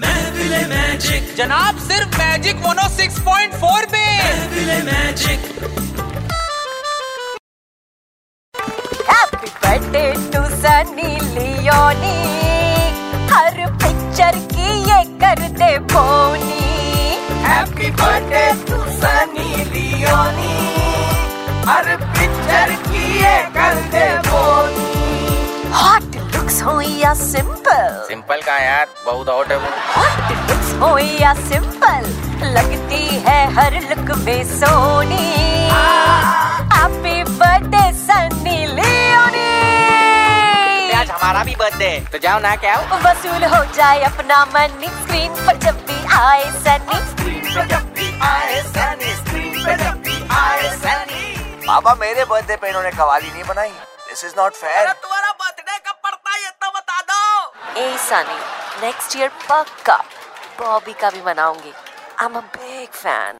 महफिल मैजिक जनाब सिर्फ मैजिक मोनो 6.4 पे महफिल magic happy birthday to Sunny Leone हर पिक्चर की ये कर दे बोनी happy birthday to Sunny Leone हर पिक्चर की ये कर दे बोनी हॉट लुक्स हो या सिंपल सिंपल का यार बहुत आउट है वो हॉट लुक्स हो या सिंपल लगती है हर लुक में सोनी हैप्पी बर्थडे सनी लियोनी आज हमारा भी बर्थडे है तो जाओ ना क्या हो वसूल हो जाए अपना मनी स्क्रीन पर जब भी आए सनी स्क्रीन पर जब भी आए सनी स्क्रीन पर जब भी आए सनी बाबा मेरे बर्थडे पे इन्होंने कवाली नहीं बनाई दिस इज नॉट फेयर तुम्हारा बर्थडे कब पड़ता है ये तो बता दो ए सनी नेक्स्ट ईयर पक्का बॉबी का भी मनाऊंगी I am a big fan